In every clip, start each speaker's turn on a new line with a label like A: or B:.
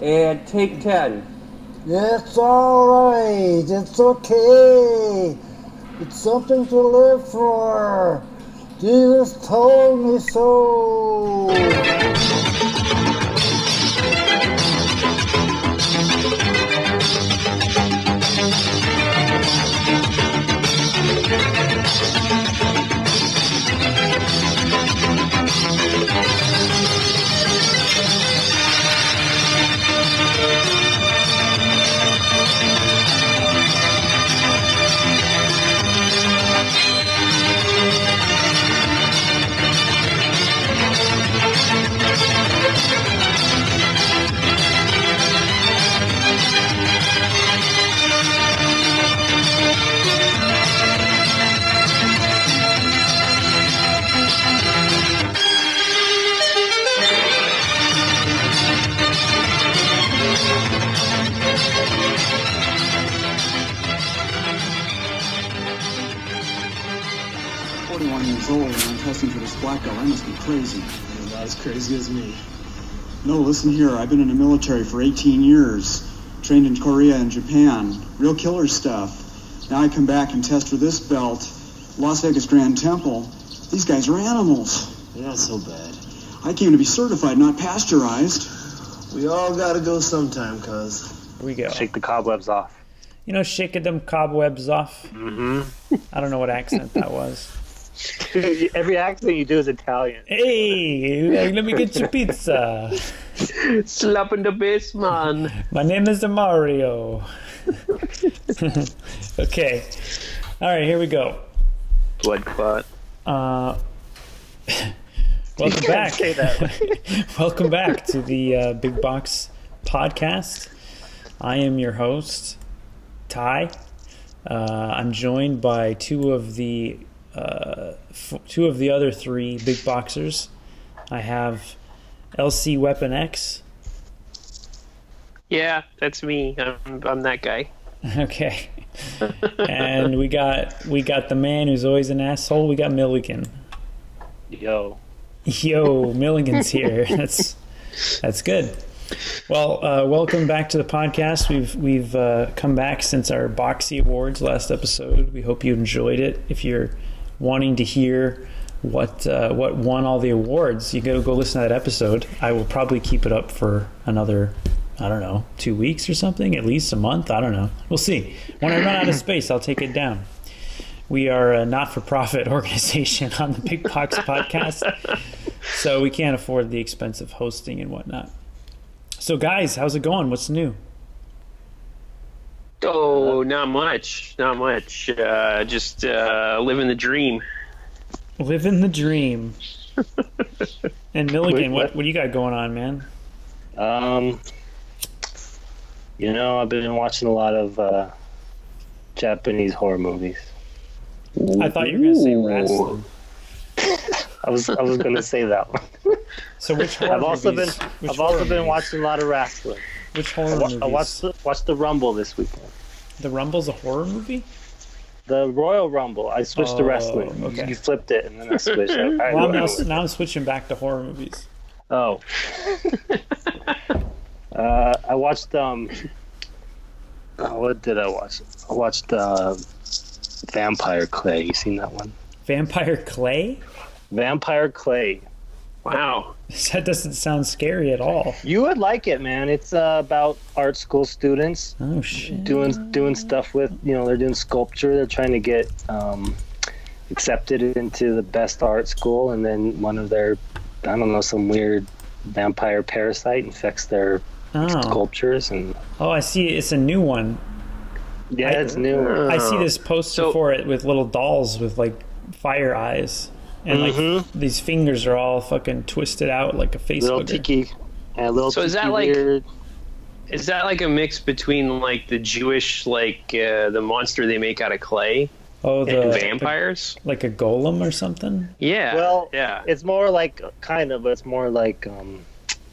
A: and take 10.
B: It's alright. It's okay. It's something to live for. Jesus told me so.
C: Forty-one years old, and I'm testing for this black belt. I must be crazy.
D: You're not as crazy as me.
C: No, listen here. I've been in the military for 18 years, trained in Korea and Japan. Real killer stuff. Now I come back and test for this belt, Las Vegas Grand Temple. These guys are animals.
D: You're not so bad.
C: I came to be certified, not pasteurized.
D: We all gotta go sometime, cuz.
E: Here we go.
F: Shake the cobwebs off.
E: You know, shaking them cobwebs off. Mm-hmm. I don't know what accent that was.
F: Every accent you do is Italian.
E: Hey, let me get your pizza.
F: Slap in the basement.
E: My name is Mario. okay. All right, here we go.
F: Blood clot.
E: Uh, welcome back.
F: say
E: welcome back to the uh, Big Box Podcast. I am your host, Ty. Uh, I'm joined by two of the uh, f- two of the other three big boxers. I have LC Weapon X.
F: Yeah, that's me. I'm, I'm that guy.
E: Okay. and we got we got the man who's always an asshole. We got Milligan.
F: Yo.
E: Yo, Milligan's here. That's that's good. Well, uh, welcome back to the podcast. We've we've uh, come back since our Boxy Awards last episode. We hope you enjoyed it. If you're wanting to hear what uh, what won all the awards, you go go listen to that episode. I will probably keep it up for another. I don't know, two weeks or something, at least a month. I don't know. We'll see. When I run out of space, I'll take it down. We are a not for profit organization on the Big Box Podcast, so we can't afford the expense of hosting and whatnot. So, guys, how's it going? What's new?
F: Oh, not much. Not much. Uh, just uh, living the dream.
E: Living the dream. and Milligan, what, what do you got going on, man?
G: Um, you know, I've been watching a lot of uh, Japanese horror movies.
E: I thought you were going to say wrestling.
G: I was I was gonna say that one.
E: So, which horror
G: I've also been
E: movies- which
G: I've also
E: horror
G: been
E: movies?
G: watching a lot of wrestling.
E: Which horror
G: Wa-
E: movies?
G: I watched the- watched the Rumble this weekend.
E: The Rumble's a horror movie?
G: The Royal Rumble. I switched to
E: Oh,
G: wrestling. You-
E: okay.
G: You flipped it and then I switched. it. I-
E: Well, I'm
G: I-
E: now, now I'm switching back to horror movies.
G: oh. uh, I watched um. oh, What did I watch? I watched uh, Vampire Clay. You seen that one?
E: Vampire Clay?
G: Vampire Clay.
F: Wow.
E: That doesn't sound scary at all.
G: You would like it, man. It's uh, about art school students
E: Oh, shit.
G: doing doing stuff with you know they're doing sculpture. They're trying to get um, accepted into the best art school, and then one of their I don't know some weird vampire parasite infects their
E: Oh.
G: sculptures, and
E: oh, I see. It's a new one.
G: yeah,
E: I-
G: it's new.
E: I see this poster
F: Uh, So-
E: for it with little dolls with like fire eyes. And like
F: Mm-hmm.
E: these fingers are all fucking twisted out like a face
G: Little
E: hugger.
G: tiki, yeah, little
F: So is that
G: tiki
F: like-
G: weird.
F: Is that like a mix between like the Jewish, like uh, the monster they make out of clay
E: Oh, the
F: and vampires?
E: like a golem or something.
F: Yeah.
G: Well,
F: yeah.
G: It's more like kind of, but it's more like um,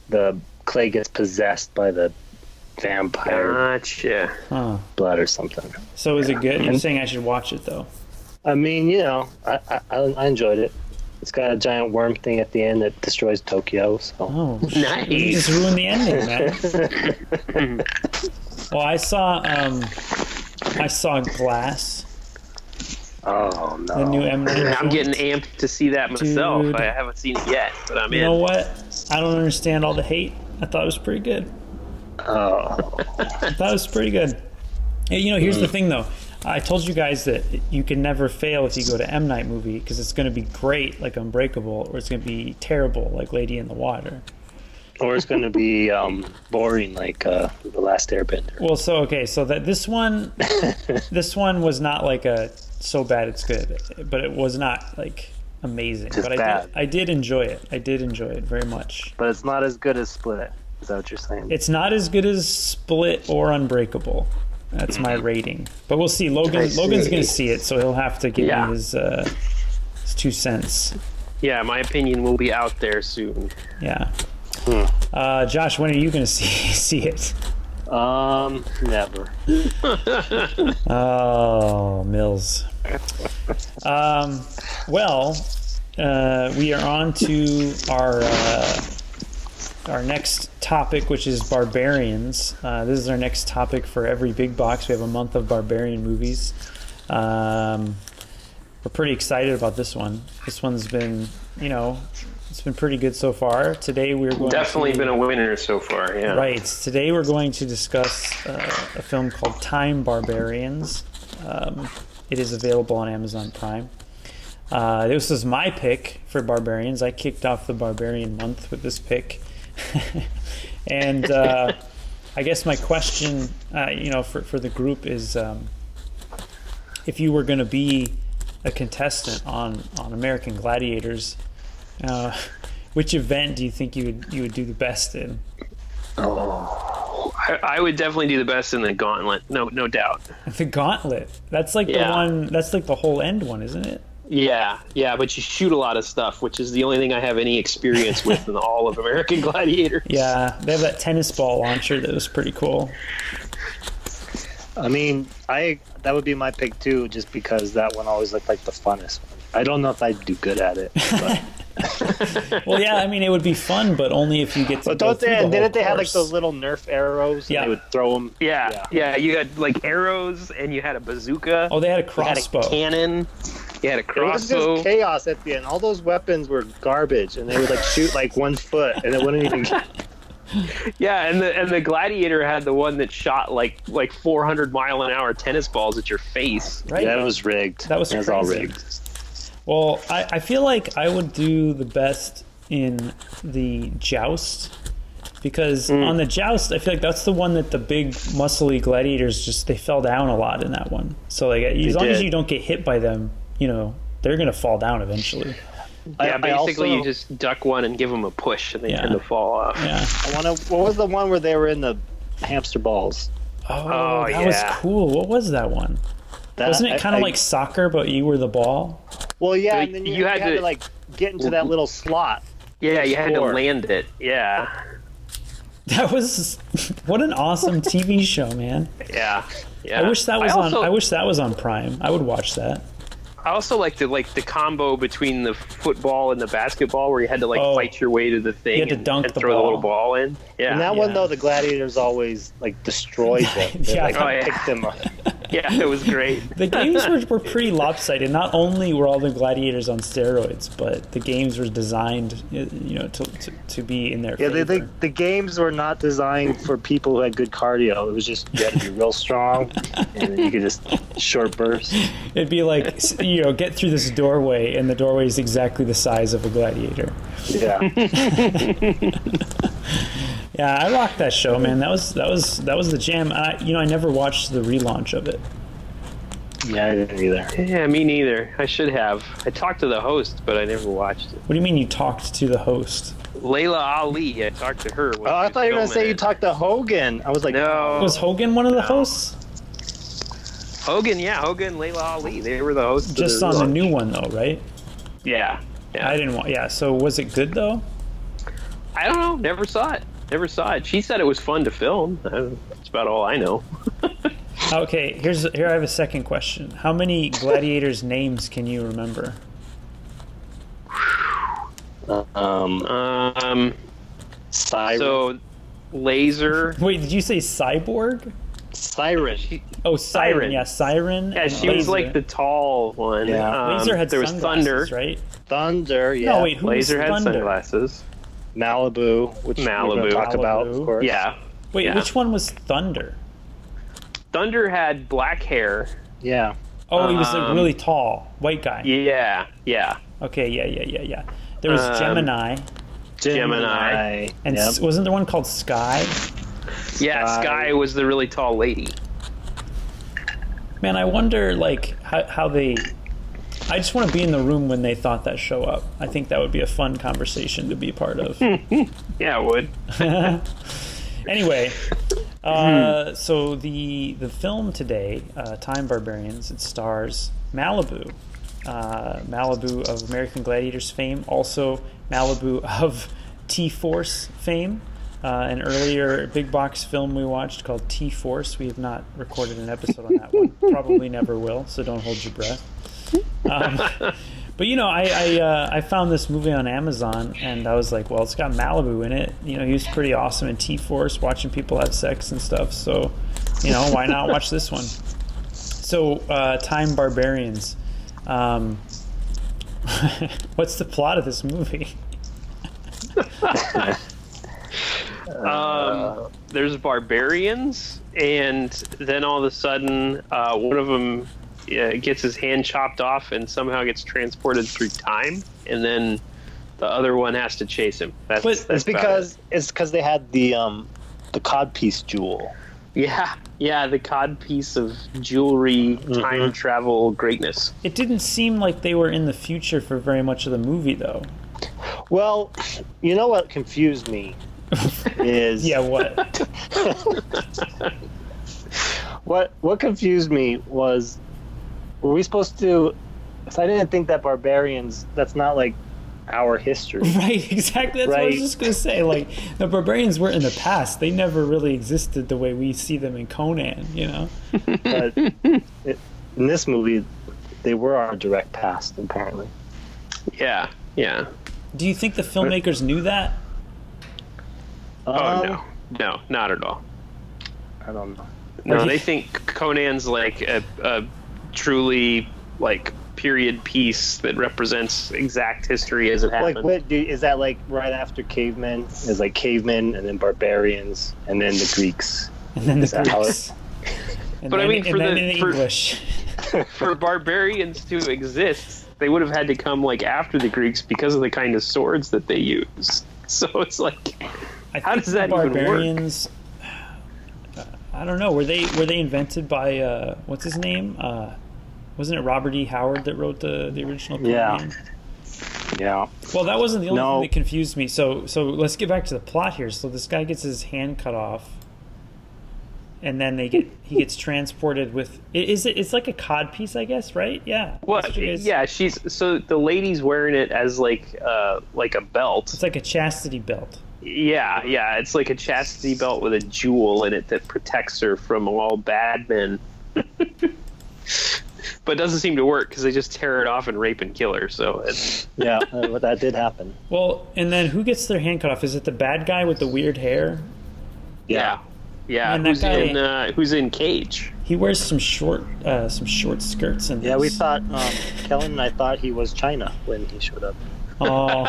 G: the clay gets possessed by the vampire
F: Ah. Gotcha.
E: Huh.
G: blood or something.
E: So is it good? You're saying I should watch it though.
G: I mean, you know, I I, I enjoyed it. It's got a giant worm thing at the end that destroys Tokyo. So
E: Oh, you
F: Nice.
E: just ruined the ending, man. well, I saw, um, I saw Glass,
G: oh no.
E: the new M. Night
F: I'm
E: film.
F: getting amped to see that myself.
E: Dude.
F: I haven't seen it yet, but I'm
E: You
F: in.
E: know what? I don't understand all the hate. I thought it was pretty good.
G: oh,
E: That was pretty good. Hey, you know, here's the thing though. I told you guys that you can never fail if you go to M Night movie because it's going to be great like Unbreakable, or it's going to be terrible like Lady in the Water.
G: or it's gonna be um, boring like uh, the Last Airbender.
E: Well, so okay, so that this one, this one was not like a so bad it's good, but it was not like amazing.
G: Just
E: but I
G: bad.
E: did, I did enjoy it. I did enjoy it very much.
G: But it's not as good as Split. Is that what you're saying?
E: It's not as good as Split or Unbreakable. That's my rating. But we'll see. Logan
G: see.
E: Logan's going to see it, so he'll have to give
F: Yeah.
E: me his uh, his two cents.
F: Yeah, my opinion will be out there soon.
E: Yeah. Uh, Josh, when are you going to see see it?
G: um, never.
E: Oh, Mills. Um, well, uh, we are on to our uh, our next topic, which is barbarians. Uh, this is our next topic for every big box. We have a month of barbarian movies. Um, we're pretty excited about this one. This one's been, you know, it's been pretty good so far. Today we're going
F: Definitely
E: to,
F: been a winner so far. Yeah.
E: Right. Today we're going to discuss uh, a film called Time Barbarians. Um, it is available on Amazon Prime. Uh, this is my pick for Barbarians. I kicked off the Barbarian month with this pick. and uh, I guess my question, uh, you know, for, for the group is um, if you were going to be a contestant on, on American Gladiators, uh, which event do you think you would, you would do the best in?
F: I, I would definitely do the best in the gauntlet. No, no doubt.
E: The gauntlet. That's like the
F: Yeah.
E: one. That's like the whole end one, isn't it?
F: Yeah, yeah, but you shoot a lot of stuff, which is the only thing I have any experience with in all of American Gladiator.
E: Yeah, they have that tennis ball launcher that was pretty cool.
G: I mean, I that would be my pick too, just because that one always looked like the funnest one. I don't know if I'd do good at it. But,
E: Well, yeah, I mean it would be fun, but only if you get to.
G: but
E: go
G: don't
E: through
G: they?
E: The whole
G: didn't they have like
E: course.
G: those little Nerf arrows?
E: Yeah.
G: And they would throw them.
F: Yeah,
G: Yeah.
F: yeah, you had like arrows, and you had a bazooka.
E: Oh, they had a
F: you had a
E: crossbow.
F: cannon. You had a
G: It was
F: crossbow.
G: just chaos at the end. All those weapons were garbage, and they would like shoot like one foot, and it wouldn't even.
F: Yeah, and the and the gladiator had the one that shot like like 400 mile an hour tennis balls at your face.
E: right?
G: Yeah, it was rigged.
E: That was
G: it was all
E: crazy.
G: rigged.
E: Well, I, I feel like I would do the best in the joust because
G: Hmm.
E: on the joust, I feel like that's the one that the big muscly gladiators just they fell down a lot in that one. So like as long as
G: did.
E: you don't get hit by them, you know they're gonna fall down eventually.
G: I-
F: Yeah,
G: I
F: basically
G: also-
F: you just duck one and give them a push, and they
E: Yeah.
F: tend to fall off.
E: Yeah.
G: I want to. What was the one where they were in the hamster balls?
E: Oh,
F: Oh,
E: that
F: yeah.
E: was cool. What was that one?
G: That,
E: Wasn't
G: I-
E: it kind
G: I-
E: of like soccer, but you were the ball?
G: Well, yeah,
F: Like,
G: and then you,
F: you
G: you
F: had
G: had, to,
F: to-
G: like get into that little slot.
F: Yeah, you had to
G: Score.
F: land it. Yeah,
E: That was what an awesome TV show, man.
F: yeah, yeah.
E: I wish that was
F: also,
E: on. I wish that was on Prime. I would watch that.
F: I also liked the like the combo between the football and the basketball, where you had to like
E: Oh.
F: fight your way to the thing
E: You had to
F: and,
E: dunk
F: and
E: the
F: throw
E: ball.
F: the little ball in. Yeah,
G: And that one
E: Yeah.
G: though, the gladiators always like destroyed them. They
E: Yeah.
G: like
F: Oh, yeah.
G: picked them up.
F: yeah, it was great.
E: The games were, were pretty lopsided. Not only were all the gladiators on steroids, but the games were designed, you know, to, to, to be in their
G: Yeah,
E: favor.
G: they, they, the games were not designed for people who had good cardio. It was just you had to be real strong, and then you could just short burst.
E: It'd be like s- you know, get through this doorway, and the doorway is exactly the size of a gladiator.
G: Yeah,
E: Yeah, I rocked that show, man. That was that was that was the jam. I, you know, I never watched the relaunch of it.
G: yeah, I didn't either.
F: Yeah, me neither. I should have. I talked to the host, but I never watched it.
E: What do you mean you talked to the host?
F: Layla Ali, I talked to her.
G: Oh, I thought you were gonna say you talked to Hogan. I was like,
F: Oh, No,
E: Was Hogan one of the hosts?
F: Hogan. Yeah, Hogan, Layla Ali. They were the hosts. of
E: Just
F: the
E: on the
F: relaunch.
E: new one though, right?
F: Yeah, yeah.
E: I didn't want. Yeah. So was it good though?
F: I don't know. Never saw it. Never saw it. She said it was fun to film. I don't- That's about all I know.
E: Okay. Here's here. I have a second question. How many gladiators' names can you remember?
G: Um,
F: Um,
G: Siren.
F: so laser.
E: Wait, did you say cyborg?
G: Siren.
E: Oh, siren.
F: Siren.
E: Yeah, siren.
F: Yeah,
E: and
F: she was
E: Laser.
F: like the tall one.
G: Yeah.
F: Um,
E: laser had
F: there was
E: sunglasses,
F: thunder.
E: right?
G: Thunder. Yeah.
E: No, wait, who was
F: Laser had
E: thunder?
F: sunglasses.
G: Malibu, which we're
F: Malibu.
G: going to talk about,
E: Malibu.
G: of course.
F: Yeah.
E: Wait,
F: Yeah.
E: which one was thunder?
F: Thunder had black hair.
G: Yeah.
E: Oh, he was like
F: Um,
E: really tall, white guy.
F: Yeah. Yeah.
E: Okay, yeah, yeah, yeah, yeah. There was
F: Um,
E: Gemini,
F: Gemini.
E: and
G: Yep.
E: s- wasn't there one called Sky?
F: Yeah.
G: Sky.
F: Sky was the really tall lady.
E: Man, I wonder like how, how they. I just want to be in the room when they thought that show up. I think that would be a fun conversation to be part of.
F: Yeah, it would.
E: anyway, uh, so the the film today, uh, Time Barbarians, it stars Malibu, uh, Malibu of American Gladiators fame, also Malibu of T Force fame. Uh, an earlier big box film we watched called T Force. We have not recorded an episode on that one. Probably never will. So don't hold your breath. Um, But you know, I I, uh, I found this movie on Amazon, and I was like, well, it's got Malibu in it. You know, he was pretty awesome in T Force, watching people have sex and stuff. So, you know, why not watch this one? So, uh, Time Barbarians. Um, what's the plot of this movie? Uh.
F: Um, there's barbarians, and then all of a sudden, uh, one of them uh, gets his hand chopped off and somehow gets transported through time, and then the other one has to chase him. That's,
E: But
F: that's
G: It's
F: about
G: because it's because they had the um the codpiece jewel.
F: it. yeah, yeah, the cod piece of jewelry,
G: Mm-hmm.
F: time travel greatness.
E: It didn't seem like they were in the future for very much of the movie, though.
G: Well, you know what confused me is
E: Yeah, what?
G: What what confused me was were we supposed to? Because I didn't think that barbarians. That's not like our history.
E: right, exactly. That's what I was
G: Right.
E: just gonna say. Like, the barbarians were in the past. They never really existed the way we see them in Conan. You know.
G: But it, in this movie, they were our direct past. Apparently,
F: Yeah, yeah.
E: Do you think the filmmakers knew that?
F: Oh
G: Um,
F: no, no, not at all.
G: I don't know.
F: No, they think Conan's like a, a truly like period piece that represents exact history as it happened.
G: Like, what do, is that like right after cavemen? Is like cavemen and then barbarians and then the Greeks.
E: And then the
G: that how it-
E: Greeks. And
F: But I
E: then,
F: mean,
E: and
F: for
E: then
F: the-
E: in
F: for-
E: English.
F: For barbarians to exist, they would have had to come like after the Greeks because of the kind of swords that they used. So it's like
E: I
F: How
E: think
F: does that
E: the
F: even work?
E: barbarians? uh, I don't know. Were they were they invented by uh, what's his name? Uh, wasn't it Robert E. Howard that wrote the, the original? Conan?
G: Yeah. Yeah.
E: Well, that wasn't the only
G: No.
E: thing that confused me. So so let's get back to the plot here. So this guy gets his hand cut off, and then they get he gets transported with. i- Is it? It's like a cod piece, I guess, right? Yeah.
F: well,
E: That's what you guys-
F: yeah, she's so the lady's wearing it as like uh like a belt.
E: It's like a chastity belt.
F: Yeah, yeah, it's like a chastity belt with a jewel in it that protects her from all bad men. but it doesn't seem to work because they just tear it off and rape and kill her. So it's,
G: Yeah. uh, that did happen.
E: Well, and then who gets their hand cut off? Is it the bad guy with the weird hair?
F: yeah, yeah.
E: And that
F: who's
E: guy-
F: in uh, Who's in Cage?
E: He wears some short, uh, some short skirts and
G: Yeah, we thought um, Kellen and I thought he was China when he showed up.
E: Oh,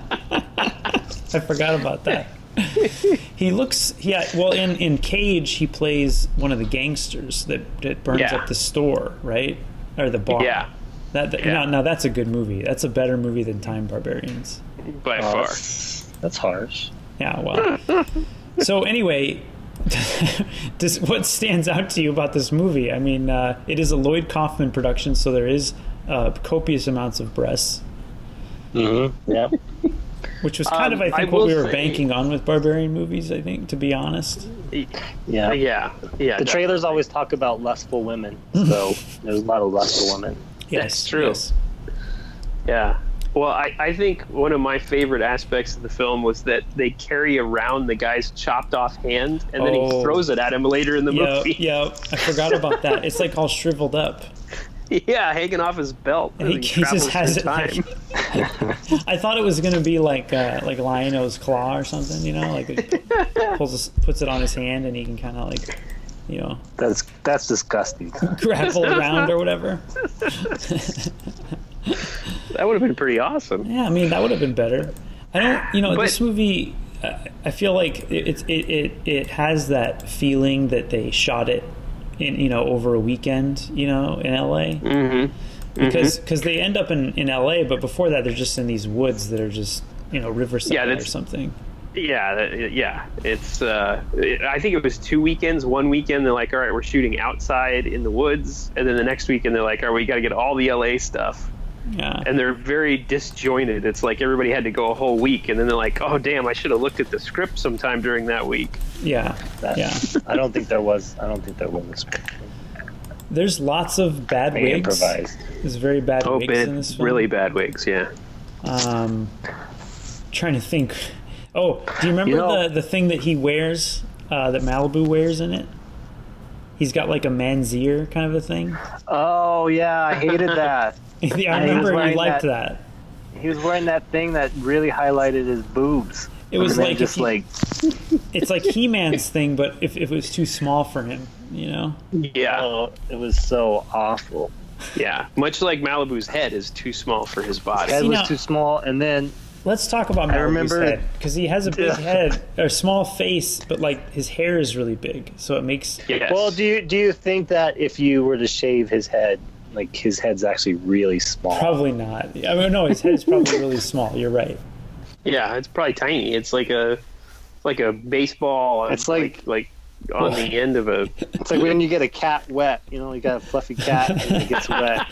E: I forgot about that. He looks, yeah. Well, in in Cage, he plays one of the gangsters that that burns
F: Yeah.
E: up the store, right, or the bar.
F: Yeah,
E: That, that
F: Yeah.
E: No, no, that's a good movie. That's a better movie than Time Barbarians.
F: by
G: Oh,
F: far.
G: That's, that's harsh.
E: Yeah, well. so anyway, does, what stands out to you about this movie? I mean, uh, it is a Lloyd Kaufman production, so there is uh, copious amounts of breasts,
G: Yeah.
E: which was kind
F: Um,
E: of, I
F: I
E: think, what we
F: will
E: were
F: say-
E: banking on with barbarian movies. I think, to be honest,
G: Yeah.
F: Yeah, yeah.
G: The trailers always talk about lustful women, so there's a lot of lustful women.
E: yes,
F: That's true.
E: yes.
F: Yeah. Well, I, I think one of my favorite aspects of the film was that they carry around the guy's chopped off hand and then
E: Oh.
F: he throws it at him later in the
E: Yeah,
F: movie.
E: yeah. I forgot about that. It's like all shriveled up.
F: yeah, hanging off his belt.
E: And he-
F: as
E: he just
F: travels
E: has
F: through
E: it, like- I thought it was gonna be like uh, like Lionel's claw or something, you know, like it pulls his, puts it on his hand and he can kind of like, you know,
G: That's that's disgusting.
E: grapple around or whatever.
F: that would have been pretty awesome.
E: Yeah, I mean that would have been better. I don't, you know,
F: But-
E: this movie. uh, I feel like it, it's- it it it has that feeling that they shot it in you know over a weekend, you know, in L.A. Mm-hmm. Because
F: Mm-hmm.
E: because they end up in in L.A. But before that, they're just in these woods that are just you know Riverside
F: Yeah,
E: or
F: that's-
E: something.
F: Yeah, that, yeah. It's uh, it- I think it was two weekends. One weekend they're like, all right, we're shooting outside in the woods, and then the next weekend they're like, all right, we got to get all the LA stuff.
E: Yeah,
F: And they're very disjointed. It's like everybody had to go a whole week, and then they're like, oh damn, I should have looked at the script sometime during that week.
E: yeah,
G: That-
E: yeah.
G: I don't think there was. I don't think there was. a script.
E: There's lots of bad
G: They
E: wigs.
G: improvised.
E: There's very bad
F: Oh,
E: wigs in
F: bad,
E: this film.
F: really bad wigs. Yeah.
E: Um, trying to think. Oh, do you remember
F: You know-
E: the the thing that he wears uh, that Malibu wears in it? He's got like a man's ear kind of a thing.
G: Oh yeah, I hated that.
E: yeah, I
G: he was
E: remember you
G: wearing
E: liked that.
G: he was wearing that thing that really highlighted his boobs.
E: It was
G: and then
E: like,
G: just
E: if you-
G: like
E: It's like He Man's thing, but if, if it was too small for him, you know.
F: Yeah.
G: oh, it was so awful.
F: Yeah. Much like Malibu's head is too small for his body.
G: Head
E: See,
G: was
E: now-
G: too small, and then
E: Let's talk about Malibu's
G: remember-
E: head because he has a big
G: Yeah.
E: head or small face, but like his hair is really big, so it makes
F: Yes.
G: well, do you do you think that if you were to shave his head, like his head's actually really small?
E: probably not. I mean, no, his head is probably really small. You're right.
F: Yeah, it's probably tiny. It's like a it's like a baseball.
G: It's
F: like,
G: like-
F: like on the end of a.
G: It's like when you get a cat wet. You know, you got a fluffy cat and it gets wet.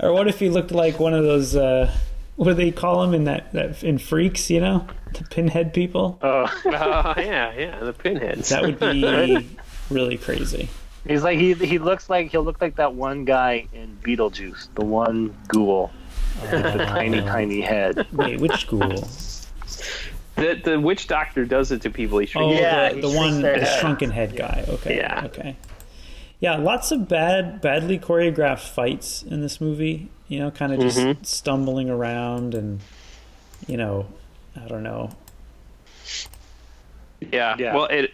E: Or what if he looked like one of those uh, what do they call him in that, that in Freaks? You know, the pinhead people.
G: Oh,
F: Oh yeah, yeah, the pinheads.
E: That would be really crazy.
G: he's like he he looks like he'll look like that one guy in Beetlejuice, the one ghoul, with the tiny tiny head.
E: Uh, Wait, which ghoul?
F: the, the witch doctor does it to people. He
E: Oh,
F: shrinks.
G: Yeah,
E: the,
G: he
E: the
G: shrinks
E: one,
G: their
E: the
G: head.
E: shrunken head guy. Okay.
F: Yeah.
E: Okay. Yeah, lots of bad, badly choreographed fights in this movie. You know, kind of just
G: Mm-hmm.
E: stumbling around and, you know, I don't know.
F: yeah.
G: Yeah.
F: Well, it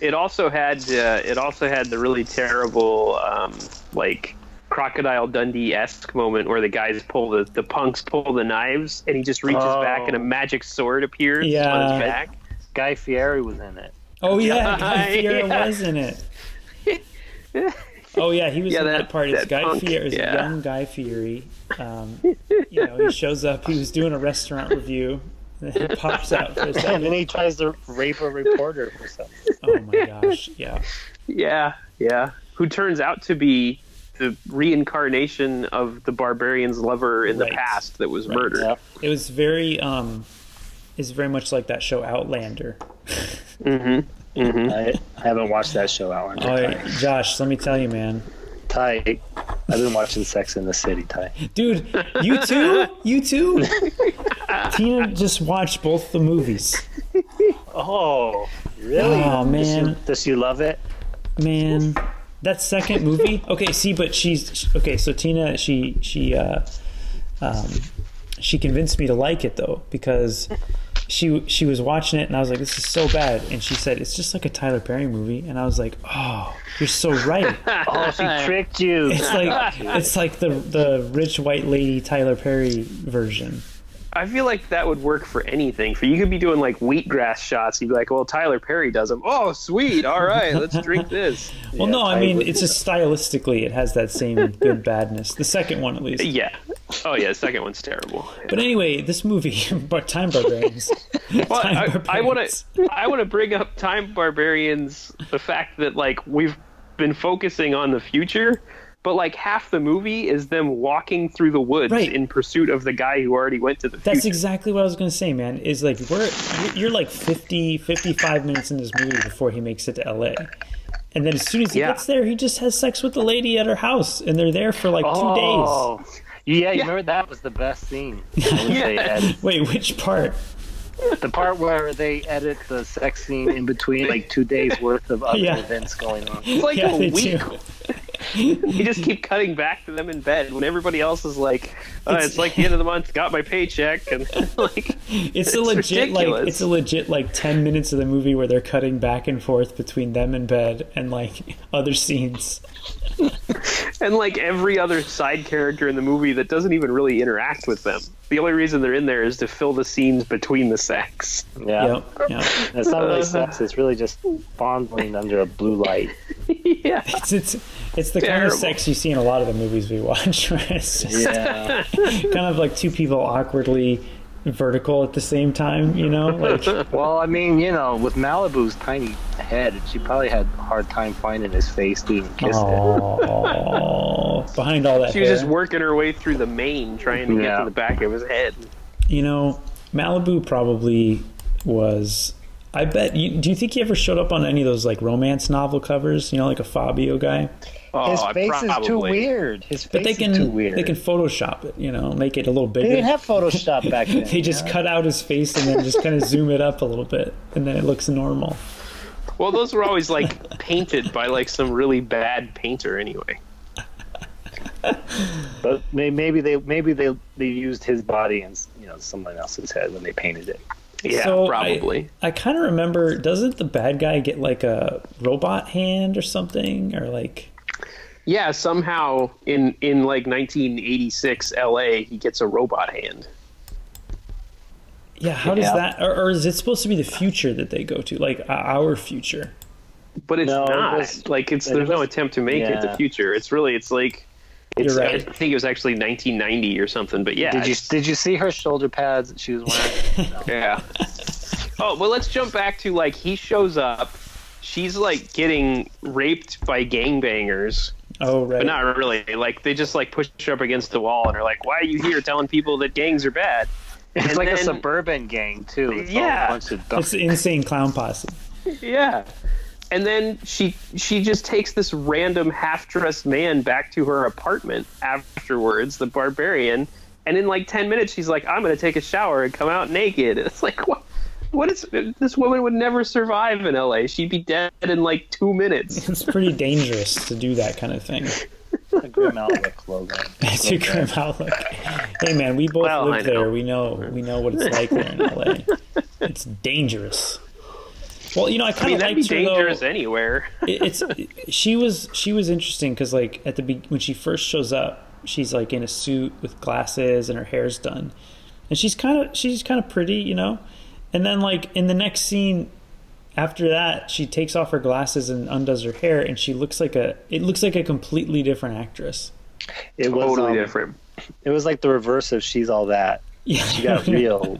F: it also had uh, it also had the really terrible um, like crocodile Dundee esque moment where the guys pull the the punks pull the knives and he just reaches
G: Oh.
F: back and a magic sword appears on
E: Yeah.
F: his back.
G: Guy Fieri was in it.
E: Oh yeah, Guy
F: Yeah.
E: Fieri was in it. Oh yeah, he was
F: Yeah,
E: in that,
F: that-
E: part. It's
F: that
E: Guy
F: punk,
E: Fieri, it's
F: yeah.
E: young Guy Fieri. Um, you know, he shows up. He was doing a restaurant review. And it pops out for a
G: And then
E: second.
G: he tries to rape a reporter for something.
E: Oh my gosh! Yeah,
F: Yeah, yeah. Who turns out to be the reincarnation of the barbarian's lover in
E: Right.
F: the past that was murdered.
G: Yep.
E: it was very. Um, it's very much like that show Outlander.
G: I haven't watched that show out.
E: Oh, Josh, let me tell you, man,
G: Ty, I've been watching Sex in the City, Ty.
E: dude, you too, you too. Tina just watched both the movies.
G: Oh, really?
E: Oh, man.
G: Does she, does she love it?
E: man that second movie okay see but she's sh- okay so tina she she uh um she convinced me to like it though because she she was watching it and i was like this is so bad and she said it's just like a tyler perry movie and i was like oh you're so right
G: Oh, she tricked you.
E: it's like it's like the the rich white lady tyler perry version
F: I feel like that would work for anything. For you could be doing like wheatgrass shots. You'd be like, "Well, Tyler Perry does them. Oh, sweet. All right, let's drink this."
E: well no i mean it's just stylistically it has that same good badness the second one at least
F: Yeah. Oh yeah. The second one's terrible.
E: but anyway this movie but time barbarians
F: Well,
E: Time
F: I- I
E: Barbarians.
F: want to I want to bring up Time Barbarians the fact that like we've been focusing on the future, but like half the movie is them walking through the woods
E: Right.
F: in pursuit of the guy who already went to the
E: That's
F: future.
E: exactly what I was going to say, man. Is like we're you're- you're like 50, 55 minutes in this movie before he makes it to LA. And then as soon as he
F: Yeah.
E: gets there, he just has sex with the lady at her house and they're there for like 2
G: oh. Yeah, you remember that was the best scene. I would say, Ed.
E: days. Wait, which part?
G: The part where they edit the sex scene in between like two days worth of other
E: Yeah.
G: events going on.
F: It's like
E: Yeah,
F: a
E: they
F: week.
E: do.
F: they just keep cutting back to them in bed when everybody else is like, oh, it's,
E: It's-
F: like the end of the month, got my paycheck, and like
E: It's a
F: It's
E: legit like
F: ridiculous.
E: it's a legit like ten minutes of the movie where they're cutting back and forth between them in bed and like other scenes.
F: and like every other side character in the movie that doesn't even really interact with them. The only reason they're in there is to fill the scenes between the sex.
G: Yeah.
E: Yep. Yep.
G: It's not really sex. It's really just fondling under a blue light.
F: yeah.
E: It's it's, it's the kind
F: Terrible.
E: of sex you see in a lot of the movies we watch. Where it's just
G: Yeah.
E: kind of like two people awkwardly vertical at the same time. You know, like
G: well, I mean, you know, with Malibu's tiny head, she probably had a hard time finding his face to even kiss it.
E: oh, behind all that
F: She was
E: hair.
F: just working her way through the mane trying to get
G: Yeah.
F: to the back of his head.
E: You know, Malibu probably was. I bet. You, do you think he ever showed up on any of those like romance novel covers? You know, like a Fabio guy.
F: Oh,
A: His face is too
F: probably.
A: weird. His face
E: But they
A: is too
E: can
A: weird.
E: they can Photoshop it. You know, make it a little
A: They
E: bigger.
A: didn't have Photoshop back then.
E: they just cut out his face and then just kind of zoom it up a little bit, and then it looks normal.
F: Well, those were always like painted by like some really bad painter anyway.
G: But may- maybe they maybe they they used his body and you know someone else's head when they painted it.
F: Yeah,
E: So I-
F: probably.
E: I kind of remember. Doesn't the bad guy get like a robot hand or something, or like?
F: Yeah, somehow in in like 1986 LA, he gets a robot hand.
E: Yeah, how does
G: Yeah.
E: that? Or, or is it supposed to be the future that they go to, like uh, our future?
F: But it's
G: No, it
F: not.
G: was-
F: like it's
G: it
F: there's no
G: was-
F: attempt to make it the
G: yeah.
F: future. It's really it's like it's
E: You're right.
F: I think it was actually 1990 or something, but yeah.
G: Did you
F: it's-
G: did you see her shoulder pads that she was wearing?
F: Yeah. Oh, well, let's jump back to like he shows up. She's like getting raped by gangbangers,
E: Oh right.
F: but not really. Like they just like push her up against the wall and are like, "Why are you here telling people that gangs are bad?"
G: It's
F: And
G: like a
F: then-
G: suburban gang too. It's all
F: Yeah.
G: a bunch of dumb-
E: It's the insane clown posse.
F: Yeah. And then she she just takes this random half dressed man back to her apartment afterwards, the barbarian, and in like ten minutes she's like, I'm gonna take a shower and come out naked. It's like what what is this woman would never survive in LA. She'd be dead in like two minutes.
E: It's pretty dangerous to do that kind of thing.
G: a grim outlook logo.
E: It's a grim outlook. Hey man, we both
F: Well,
E: live
F: I know.
E: there. We know we know what it's like there in LA. It's dangerous. Well, you know, I
F: I
E: kind
F: mean
E: of
F: that'd be
E: liked her though.
F: dangerous anywhere.
E: It- it's she was she was interesting because like at the be- when she first shows up, she's like in a suit with glasses and her hair's done, and she's kind of she's kind of pretty, you know. And then like in the next scene, after that, she takes off her glasses and undoes her hair, and she looks like a it looks like a completely different actress.
G: It was
F: Totally
G: um,
F: different.
G: It was like the reverse of she's all that.
E: Yeah,
G: She got real.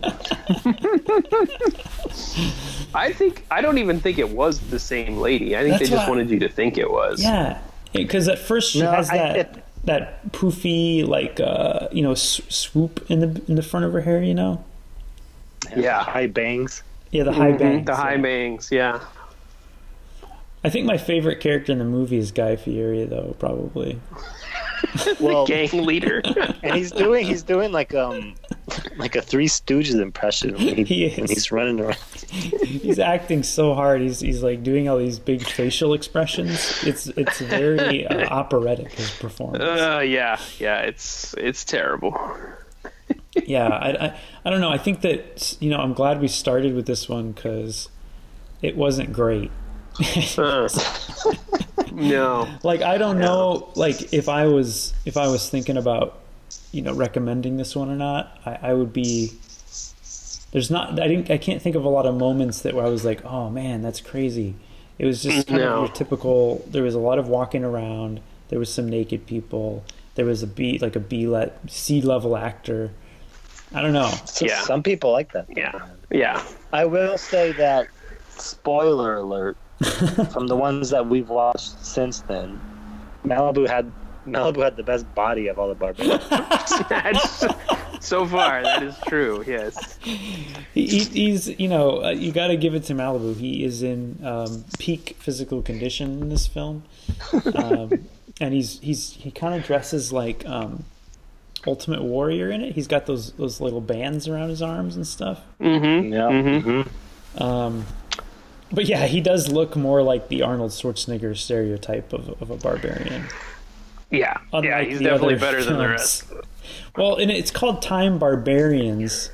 F: I think I don't even think it was the same lady. I think
E: That's
F: they just
E: why-
F: wanted you to think it was.
E: Yeah, because at first she
G: No,
E: has
G: I-
E: that
G: it-
E: that poofy like uh you know s- swoop in the in the front of her hair, you know.
F: Yeah.
G: High bangs.
E: Yeah, the high
G: Mm-hmm.
E: bangs.
F: The high
E: yeah.
F: bangs, yeah.
E: I think my favorite character in the movie is Guy Fieri, though probably.
G: Well,
F: Gang leader.
G: and he's doing he's doing like um like a Three Stooges impression when, he,
E: He is.
G: when he's running around.
E: He's acting so hard. He's he's like doing all these big facial expressions. It's it's very uh, operatic his performance.
F: Uh, yeah, yeah, it's it's terrible.
E: yeah I, I i don't know i think that you know i'm glad we started with this one because it wasn't great
F: Uh, no,
E: like i don't know like if i was if i was thinking about you know recommending this one or not i, I would be there's not i didn't i can't think of a lot of moments that where i was like oh man that's crazy it was just kind
F: No.
E: of your typical there was a lot of walking around there was some naked people there was a b like a b let c level actor i don't know
G: So
F: Yeah.
G: Some people like that.
F: yeah, yeah.
G: I will say that spoiler alert from the ones that we've watched since then, Malibu had Malibu had the best body of all the barbarians.
F: That's, so far, that is true. Yes,
E: He, he- he's, you know, uh, you got to give it to Malibu. He is in um, peak physical condition in this film, um, and he's he's he kind of dresses like um, Ultimate Warrior in it. He's got those those little bands around his arms and stuff.
G: yeah.
E: Um, but yeah, he does look more like the Arnold Schwarzenegger stereotype of of a barbarian.
F: Yeah, yeah,
E: Unlike
F: he's
E: the
F: definitely
E: other
F: better than the
E: films.
F: rest.
E: Well, and it's called Time Barbarians.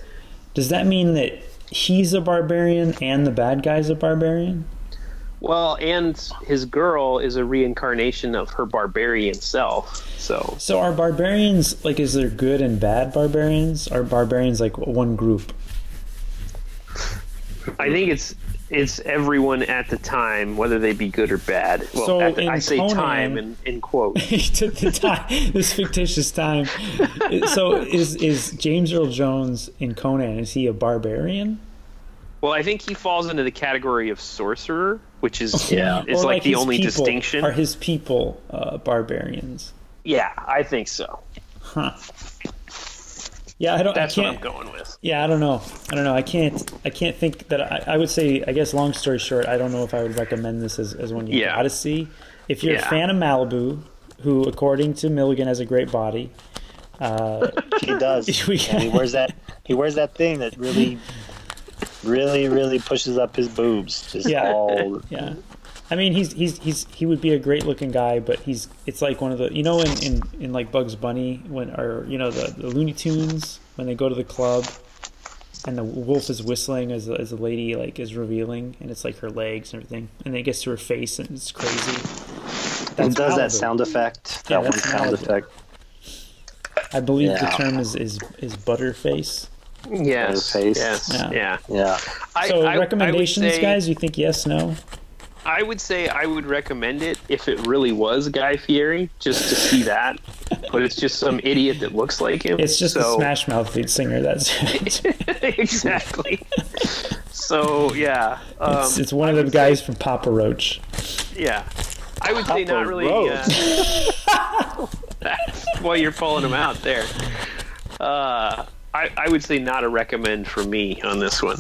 E: Does that mean that he's a barbarian and the bad guy's a barbarian?
F: Well, and his girl is a reincarnation of her barbarian self. So
E: So are barbarians like is there good and bad barbarians? Are barbarians like one group?
F: I think it's it's everyone at the time, whether they be good or bad. Well,
E: So
F: at the-
E: in
F: I say
E: Conan-
F: time in, in quotes.
E: to the time, this fictitious time. So is is James Earl Jones in Conan? Is he a barbarian?
F: well, I think he falls into the category of sorcerer, which is
G: Yeah.
F: is like, the
E: his
F: only
E: people-
F: distinction.
E: Are his people uh, barbarians?
F: yeah, I think so.
E: Yeah, I don't.
F: That's
E: I
F: what
E: can't,
F: I'm going with.
E: Yeah, I don't know. I don't know. I can't. I can't think that. I, I would say. I guess. Long story short, I don't know if I would recommend this as, as one you
F: Yeah.
E: gotta see. If you're
F: Yeah.
E: a fan of Malibu, who according to Milligan has a great body,
G: He does.
E: We-
G: and he wears that. He wears that thing that really, really, really pushes up his boobs. Just
E: Yeah.
G: all.
E: yeah. I mean, he's he's he's he would be a great looking guy, but he's it's like one of the you know in in, in like Bugs Bunny when or you know the, the Looney Tunes when they go to the club. And the wolf is whistling as, as the lady like is revealing, and it's like her legs and everything, and then it gets to her face, and it's crazy.
G: He does
E: Malibu.
G: that sound effect.
E: Yeah,
G: That one
E: that's
G: sound
E: Malibu.
G: effect.
E: I believe the
G: Yeah.
E: term is is is butterface.
F: Yes,
G: Face.
F: yes,
E: Yeah.
F: yeah.
G: Yeah.
F: I,
E: So
F: I- I would
E: recommendations,
F: say-
E: guys? You think yes, no?
F: I would say I would recommend it if it really was Guy Fieri, just to see that. but it's just some idiot that looks like him.
E: It's just the
F: so,
E: Smash Mouth lead singer. That's
F: um,
E: it's,
F: exactly. so yeah, um,
E: it's one of the guys from Papa Roach.
F: yeah. I would say not really. Uh, that's why you're pulling him out there. Uh, I, I would say not a recommend for me on this one.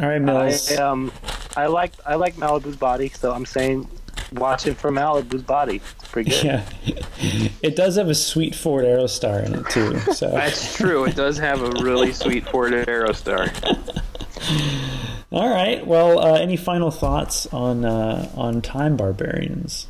E: All right,
G: I
E: Mills.
G: um, I like I like Malibu's body, so I'm saying, watch it for Malibu's body. It's pretty good.
E: yeah, it does have a sweet Ford Aerostar in it too. So
F: That's true. It does have a really sweet Ford Aerostar.
E: all right. Well, uh, any final thoughts on uh, on Time Barbarians?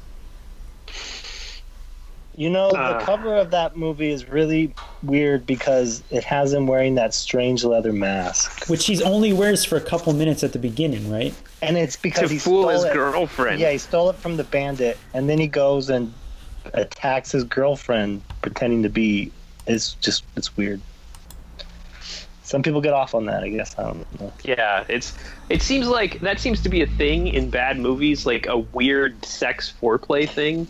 G: You know,
F: Ah.
G: the cover of that movie is really weird because it has him wearing that strange leather mask,
E: Which he's only wears for a couple minutes at the beginning, right?
G: and it's because
F: To
G: he
F: fool
G: stole
F: his
G: it.
F: girlfriend.
G: Yeah, he stole it from the bandit, and then he goes and attacks his girlfriend, pretending to be. It's just it's weird. Some people get off on that, I guess. I don't know.
F: Yeah, it's it seems like that seems to be a thing in bad movies, like a weird sex foreplay thing.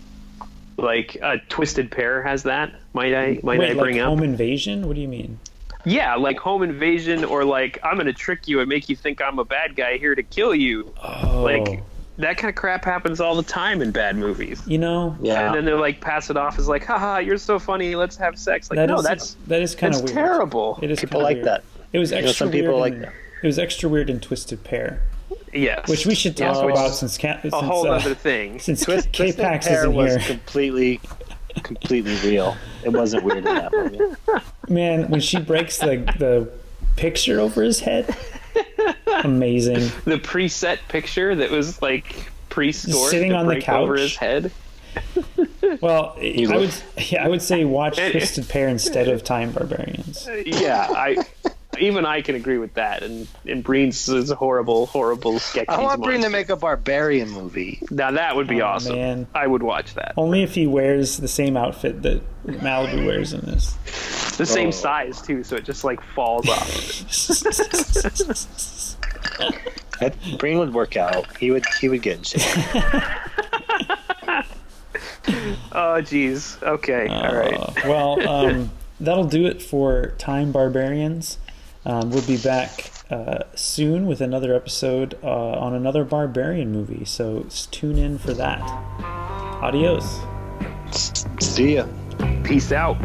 F: Like uh, Twisted Pair has that. Might I might I
E: Wait, like
F: bring up?
E: home invasion? What do you mean?
F: Yeah, like Home Invasion, or like I'm gonna trick you and make you think I'm a bad guy here to kill you.
E: Oh,
F: Like that kind of crap happens all the time in bad movies.
E: you know,
F: And then they're like pass it off as like, haha, you're so funny, let's have sex. Like
E: that
F: no,
E: is-
F: that's
E: that is kind
F: that's
E: of weird.
F: terrible.
E: It is
G: People
E: kinda
G: like
E: weird.
G: that.
E: It was extra
G: some
E: weird.
G: people like
E: in-
G: that.
E: It was extra weird in Twisted Pair,
F: yes.
E: which we should talk
F: Yes, which
E: about
F: is
E: since Cat.
F: a
E: Since,
F: whole
E: uh,
F: other thing.
E: since
G: Twist,
E: K
G: Twisted
E: Pax
G: Pair
E: isn't
G: was
E: here,
G: completely, completely real. It wasn't weird in that movie.
E: man. When she breaks the the picture over his head, amazing.
F: the preset picture that was like pre-scored
E: Sitting
F: to
E: on the
F: break over
E: couch?
F: his head.
E: Well, I would
G: looked-
E: yeah, I would say watch
F: It-
E: Twisted Pair instead of Time Barbarians.
F: Yeah, I even I can agree with that. And and Breen's is horrible, horrible sketchy.
G: I want Breen to
F: monster.
G: make a barbarian movie.
F: now that would be
E: Oh,
F: awesome.
E: man.
F: I would watch that.
E: Only if he wears the same outfit that Malibu wears in this.
F: The same
E: Oh.
F: size too, so it just like falls off.
G: That Breen would work out. He would he would get in shape.
F: oh jeez. Okay. All right.
E: Uh, well, um, that'll do it for Time Barbarians. Um, we'll be back uh, soon with another episode uh, on another barbarian movie, so s- tune in for that. Adios.
G: See ya.
F: Peace out.